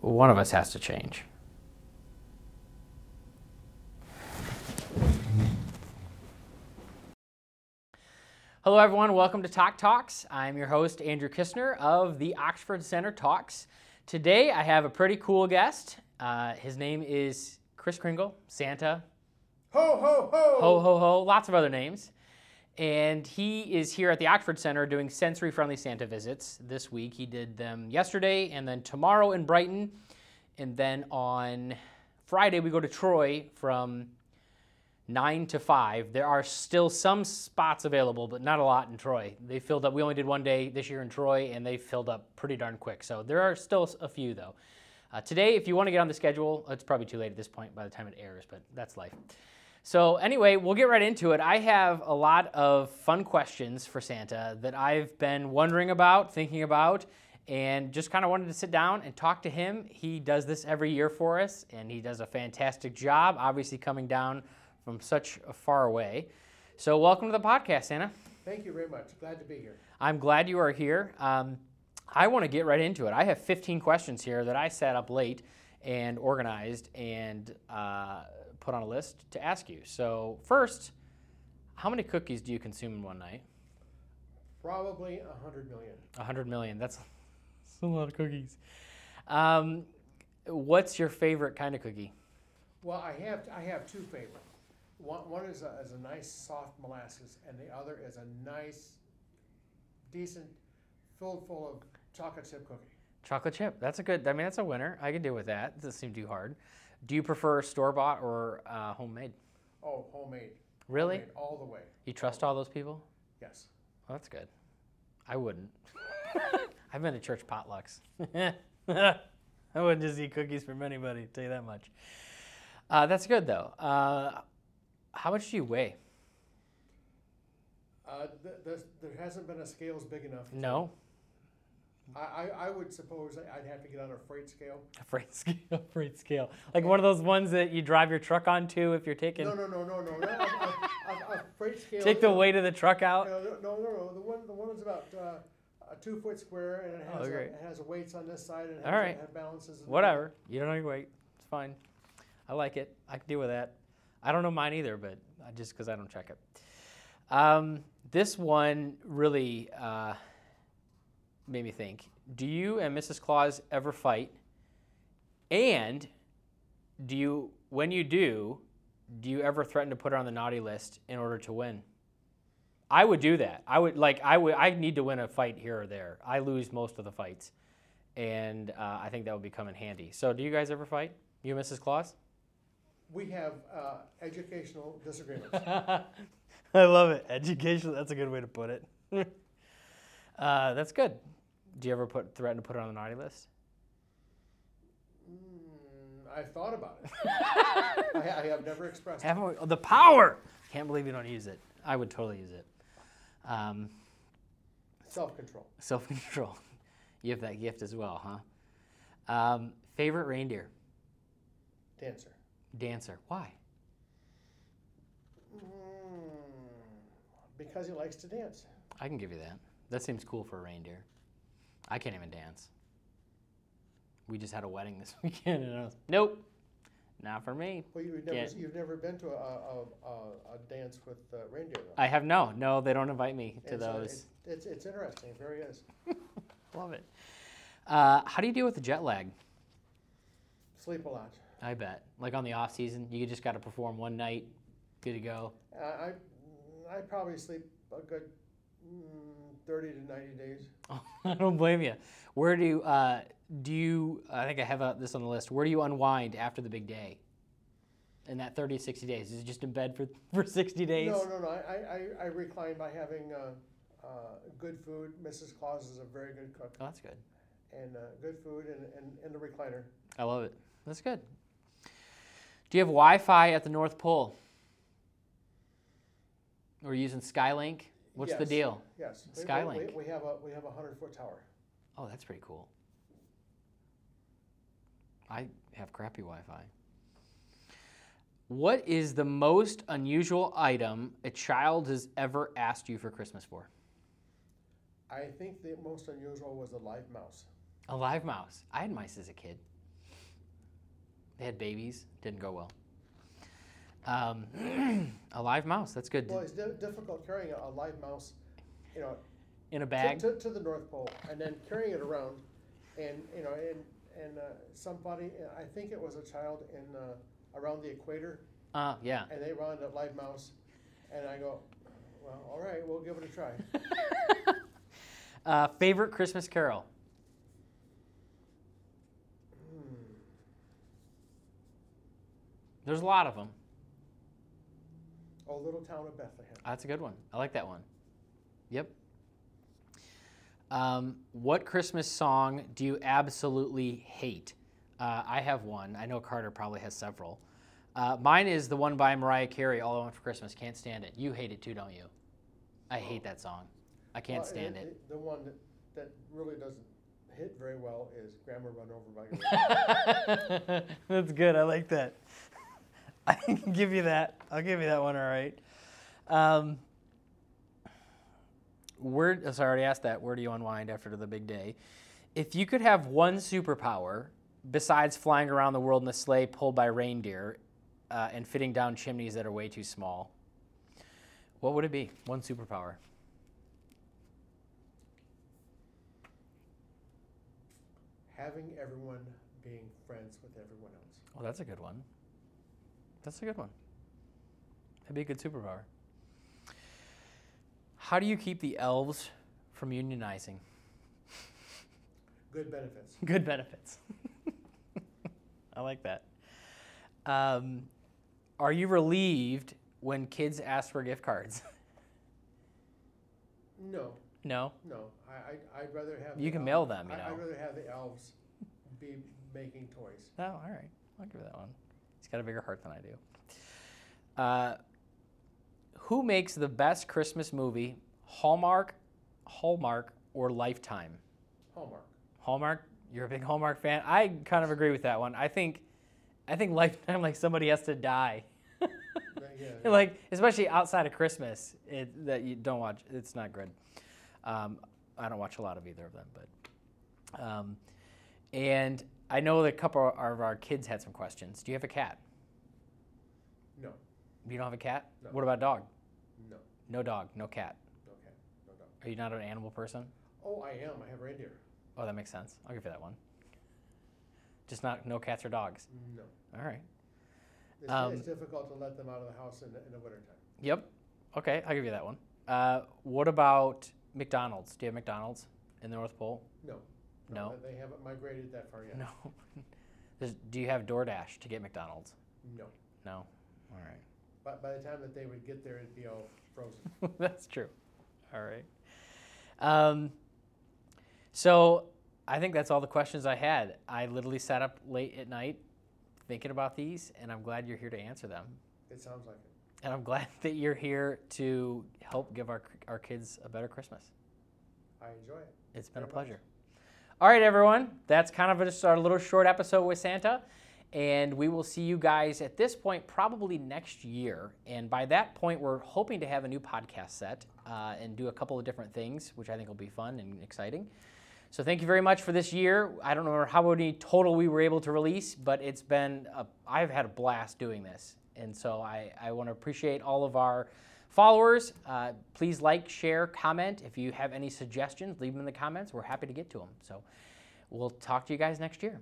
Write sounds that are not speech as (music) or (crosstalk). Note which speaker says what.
Speaker 1: one of us has to change. Hello, everyone. Welcome to Talk Talks. I'm your host, Andrew Kistner of the Oxford Center Talks. Today, I have a pretty cool guest. Uh, his name is Chris Kringle, Santa,
Speaker 2: Ho ho ho!
Speaker 1: ho ho ho, lots of other names. And he is here at the Oxford Center doing sensory friendly Santa visits this week. He did them yesterday and then tomorrow in Brighton. And then on Friday, we go to Troy from 9 to 5. There are still some spots available, but not a lot in Troy. They filled up, we only did one day this year in Troy, and they filled up pretty darn quick. So there are still a few, though. Uh, today, if you want to get on the schedule, it's probably too late at this point by the time it airs, but that's life. So, anyway, we'll get right into it. I have a lot of fun questions for Santa that I've been wondering about, thinking about, and just kind of wanted to sit down and talk to him. He does this every year for us, and he does a fantastic job, obviously, coming down from such a far away. So, welcome to the podcast, Santa.
Speaker 2: Thank you very much. Glad to be here.
Speaker 1: I'm glad you are here. Um, I want to get right into it. I have 15 questions here that I sat up late and organized and uh, put on a list to ask you. So, first, how many cookies do you consume in one night?
Speaker 2: Probably a hundred million.
Speaker 1: 100 million. That's, that's a lot of cookies. Um, what's your favorite kind of cookie?
Speaker 2: Well, I have I have two favorite. One, one is, a, is a nice soft molasses, and the other is a nice, decent, filled full of chocolate chip cookie.
Speaker 1: Chocolate chip. That's a good, I mean, that's a winner. I can deal with that. Doesn't seem too hard. Do you prefer store bought or uh, homemade?
Speaker 2: Oh, homemade.
Speaker 1: Really?
Speaker 2: Homemade all the way.
Speaker 1: You trust all those people?
Speaker 2: Yes.
Speaker 1: Well, that's good. I (laughs) wouldn't. I've been to church potlucks. (laughs) I wouldn't just eat cookies from anybody, tell you that much. Uh, that's good, though. Uh, how much do you weigh?
Speaker 2: Uh, th- th- there hasn't been a scales big enough.
Speaker 1: No?
Speaker 2: I, I, I would suppose I- I'd have to get on a freight scale.
Speaker 1: A freight (laughs) scale. A freight scale. Like one of those ones that you drive your truck onto if you're taking,
Speaker 2: No, no, no, no, no. no a, a, a, a freight scale.
Speaker 1: take the weight of the truck out.
Speaker 2: No, no, no, no. The one, the one is about uh, a two foot square, and it
Speaker 1: Oh,
Speaker 2: has, a,
Speaker 1: great.
Speaker 2: it has weights on this side, and it
Speaker 1: All
Speaker 2: has,
Speaker 1: right.
Speaker 2: it has balances. and-
Speaker 1: Whatever. You don't know your weight. It's fine. I like it. I can deal with that. I don't know mine either, but I- just because I don't check it. Um, this one really uh, made me think. Do you and Mrs. Claus ever fight? And do you, when you do, do you ever threaten to put her on the naughty list in order to win? I would do that. I would like. I would. I need to win a fight here or there. I lose most of the fights and uh, I think that would be coming handy. So, do you guys ever fight? You, and Mrs. Claus?
Speaker 2: We have uh, educational disagreements.
Speaker 1: (laughs) (laughs) I love it. Education. That's a good way to put it. (laughs) uh, that's good. Do you ever put threaten to put it on the naughty list?
Speaker 2: Mm, I've thought about
Speaker 1: (laughs)
Speaker 2: it. I, ha- I have never expressed it.
Speaker 1: Haven't we? Oh, the power! Can't believe you don't use it. I would totally use it. Um, (laughs)
Speaker 2: self control.
Speaker 1: Self control. you have that gift as well, huh? Um, favorite reindeer?
Speaker 2: Dancer.
Speaker 1: Dancer. Why?
Speaker 2: Mm, because he likes to dance.
Speaker 1: I can give you that. That seems cool for a reindeer. I can't even dance. We just had a wedding (laughs) this weekend, and I was nope, not for me.
Speaker 2: Well, you've never,
Speaker 1: Can't-
Speaker 2: you've never been to a, a, a, a dance with uh, reindeer, though.
Speaker 1: I have no, no. They don't invite me to
Speaker 2: And so
Speaker 1: those.
Speaker 2: it- it's, it's interesting. It very is.
Speaker 1: Love it. Uh, how do you deal with the jet lag?
Speaker 2: Sleep a lot.
Speaker 1: I bet, like on the off season, you just got to perform one night, good to go. (laughs)
Speaker 2: Uh, I, I probably sleep a good mm, 30 to 90 days.
Speaker 1: I don't blame you. Where do you, uh, do you? I think I have uh this on the list. Where do you unwind after the big day? In that 30 to 60 days, is it just in bed for, (laughs) for 60 days?
Speaker 2: No, no, no. I, I- I, I recline by having uh, uh, good food. Mrs. Claus is a very good cook.
Speaker 1: Oh, that's good.
Speaker 2: and uh, good food and, and, and the recliner.
Speaker 1: I love it. That's good. Do you have Wi Fi at the North Pole? We're using Skylink. What's the
Speaker 2: Yes.
Speaker 1: deal?
Speaker 2: Yes, We- we-
Speaker 1: Skylink.
Speaker 2: We, we have a we have a hundred foot tower.
Speaker 1: Oh, that's pretty cool. I have crappy Wi Fi. What is the most unusual item a child has ever asked you for Christmas for?
Speaker 2: I think the most unusual was a live mouse.
Speaker 1: A live mouse. I had mice as a kid. They had babies. Didn't go well. Um, (clears throat) a live mouse. That's good.
Speaker 2: Well, it's di- difficult carrying a live mouse, you know,
Speaker 1: In a
Speaker 2: to-
Speaker 1: bag.
Speaker 2: To, to the North Pole and then carrying it around, and you know, and and uh, somebody, I think it was a child in uh, around the equator,
Speaker 1: Uh, yeah.
Speaker 2: (laughs) and they wound up live mouse, and I go, well, all right, we'll give it a try.
Speaker 1: Uh, favorite Christmas carol?
Speaker 2: Hmm.
Speaker 1: There's a lot of them.
Speaker 2: Oh, little town of Bethlehem.
Speaker 1: That's a good one. I like that one. Yep. Um, what Christmas song do you absolutely hate? Uh, I have one. I know Carter probably has several. Uh, mine is the one by Mariah Carey, All I Want for Christmas. Can't stand it. You hate it too, don't you? I hate that song. I can't
Speaker 2: Well,
Speaker 1: stand
Speaker 2: and
Speaker 1: it.
Speaker 2: The one that, that really doesn't hit very well is Grammar Run Over
Speaker 1: (laughs)
Speaker 2: by Your
Speaker 1: That's good. I like that. (laughs) I can give you that. I'll give you that one. All right. Um, where? oh, Sorry, I already asked that. Where do you unwind after the big day? If you could have one superpower besides flying around the world in a sleigh pulled by reindeer uh, and fitting down chimneys that are way too small, what would it be? One superpower.
Speaker 2: Having everyone being friends with everyone else.
Speaker 1: Well, Oh, that's a good one. That's a good one. That'd be a good superpower. How do you keep the elves from unionizing? (laughs)
Speaker 2: Good benefits.
Speaker 1: Good benefits. (laughs) I like that. Um, are you relieved when kids ask for gift cards? (laughs)
Speaker 2: No,
Speaker 1: no.
Speaker 2: no. I, I, I'd rather have.
Speaker 1: You
Speaker 2: the
Speaker 1: can
Speaker 2: elves-
Speaker 1: mail them, you
Speaker 2: I- I'd
Speaker 1: know.
Speaker 2: rather have the elves be making toys.
Speaker 1: Oh, all right. I'll give you that one. He's got a bigger heart than I do. Uh, who makes the best Christmas movie? Hallmark, Hallmark, or Lifetime?
Speaker 2: Hallmark.
Speaker 1: Hallmark. You're a big Hallmark fan. I kind of agree with that one. I think, I think Lifetime like somebody has to die. (laughs)
Speaker 2: Yeah, yeah.
Speaker 1: like especially outside of Christmas, it, that you don't watch. It's not good. Um, I don't watch a lot of either of them, but, um, and I know that a couple of our kids had some questions. Do you have a cat?
Speaker 2: No,
Speaker 1: You don't have a cat?
Speaker 2: No.
Speaker 1: What about dog?
Speaker 2: no,
Speaker 1: No dog, no cat.
Speaker 2: no cat, no dog.
Speaker 1: Are you not an animal person?
Speaker 2: Oh, I am. I have reindeer.
Speaker 1: Oh, that makes sense. I'll give you that one. Just not no cats or dogs.
Speaker 2: No.
Speaker 1: All right.
Speaker 2: It's,
Speaker 1: Um,
Speaker 2: it's difficult to let them out of the house in the, in the wintertime.
Speaker 1: Yep. Okay, I'll give you that one. Uh, what about McDonald's? Do you have McDonald's in the North Pole?
Speaker 2: No.
Speaker 1: No.
Speaker 2: They haven't migrated that far yet.
Speaker 1: No. (laughs) Does, do you have DoorDash to get McDonald's?
Speaker 2: No.
Speaker 1: No. All right.
Speaker 2: But by the time that they would get there, it'd be all frozen.
Speaker 1: (laughs) That's true. All right. Um, so I think that's all the questions I had. I literally sat up late at night thinking about these, and I'm glad you're here to answer them.
Speaker 2: It sounds like it.
Speaker 1: And I'm (laughs) glad that you're here to help give our, our kids a better Christmas.
Speaker 2: I enjoy it.
Speaker 1: It's been a
Speaker 2: Very much.
Speaker 1: pleasure. All right, everyone. That's kind of just our little short episode with Santa. And we will see you guys at this point probably next year. And by that point, we're hoping to have a new podcast set uh, and do a couple of different things, which I think will be fun and exciting. So thank you very much for this year. I don't know how many total we were able to release, but it's been a, I've had a blast doing this, and so I, I want to appreciate all of our followers. Uh, please like, share, comment. If you have any suggestions, leave them in the comments. We're happy to get to them. So we'll talk to you guys next year.